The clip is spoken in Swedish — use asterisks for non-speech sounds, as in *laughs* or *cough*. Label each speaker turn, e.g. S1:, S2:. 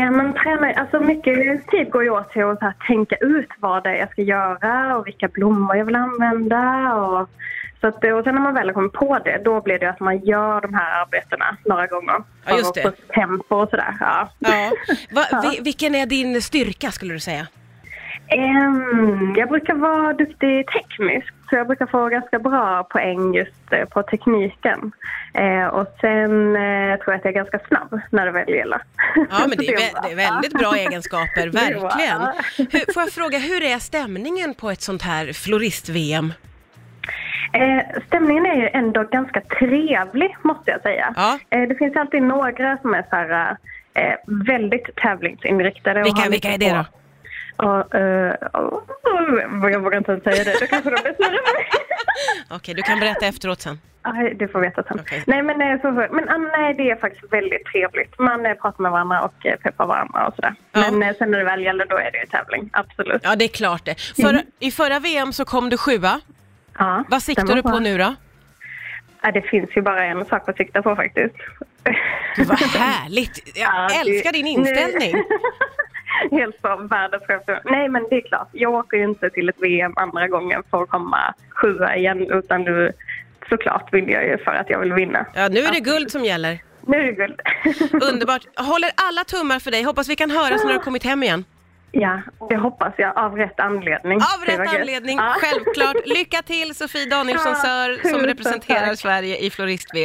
S1: Nej, men alltså mycket tid går ju åt till att så här, tänka ut vad det är jag ska göra och vilka blommor jag vill använda. Och, så att, och sen när man väl kommer på det, då blir det att man gör de här arbetena några gånger.
S2: Ja, just
S1: För att få tempo och sådär. Ja.
S2: Ja. Va, vi, vilken är din styrka skulle du säga?
S1: Ehm, jag brukar vara duktig i teknisk, så jag brukar få ganska bra poäng just eh, på tekniken. Eh, och sen eh, tror jag att jag är ganska snabb när det väl gäller.
S2: Ja, men
S1: *laughs*
S2: det
S1: Så
S2: är,
S1: bra.
S2: vä- det är väldigt
S1: *laughs*
S2: bra egenskaper,
S1: Det är bra,
S2: verkligen.
S1: ja.
S2: Hur, får jag fråga, hur är stämningen på ett sånt här florist-VM?
S1: Eh, stämningen är ju ändå ganska trevlig, måste jag säga.
S2: Ja.
S1: Eh, det finns alltid några som är så här, eh, väldigt tävlingsinriktade. och
S2: Vilka-
S1: har
S2: vilka är
S1: mycket
S2: det då?
S1: på- Och, eh, och, och, eh, jag vågar inte säga det, då kanske de blir sura på mig.
S2: *laughs* Okej, du kan berätta efteråt sen.
S1: Nej, du får veta sen.
S2: Okej.
S1: Nej, men, eh, så, så- men ah, nej, det är faktiskt väldigt trevligt. Man eh, pratar med varandra och eh, peppar varandra och sådär.
S2: Ja.
S1: Men eh, sen när det väl gäller, då är det ju tävling. Absolut.
S2: Ja, det är klart det. Förra, I förra VM så kom du sjua.
S1: Ja,
S2: Vad siktar
S1: stämmer
S2: du på
S1: bra.
S2: nu då?
S1: Ja, det finns ju bara en sak att sikta på faktiskt.
S2: Gud, vad härligt! Jag
S1: Ja, det-
S2: älskar din inställning.
S1: Nu- *laughs* Helt så världens skämt. Nej men det är klart, jag åker ju inte till ett VM andra gången för att komma sjua igen utan nu såklart vill jag ju för att jag vill vinna.
S2: Ja, nu är det guld som gäller.
S1: Nu är det guld.
S2: Underbart. Jag Håller alla tummar för dig. Hoppas vi kan höras när du har kommit hem igen.
S1: *laughs* ja, det hoppas jag av rätt anledning.
S2: Av
S1: Det var
S2: rätt
S1: gött.
S2: anledning,
S1: Ja.
S2: självklart. Lycka till Sofie Danielsson
S1: Ja,
S2: Sör som
S1: tusen
S2: representerar
S1: tack.
S2: Sverige i florist-VM.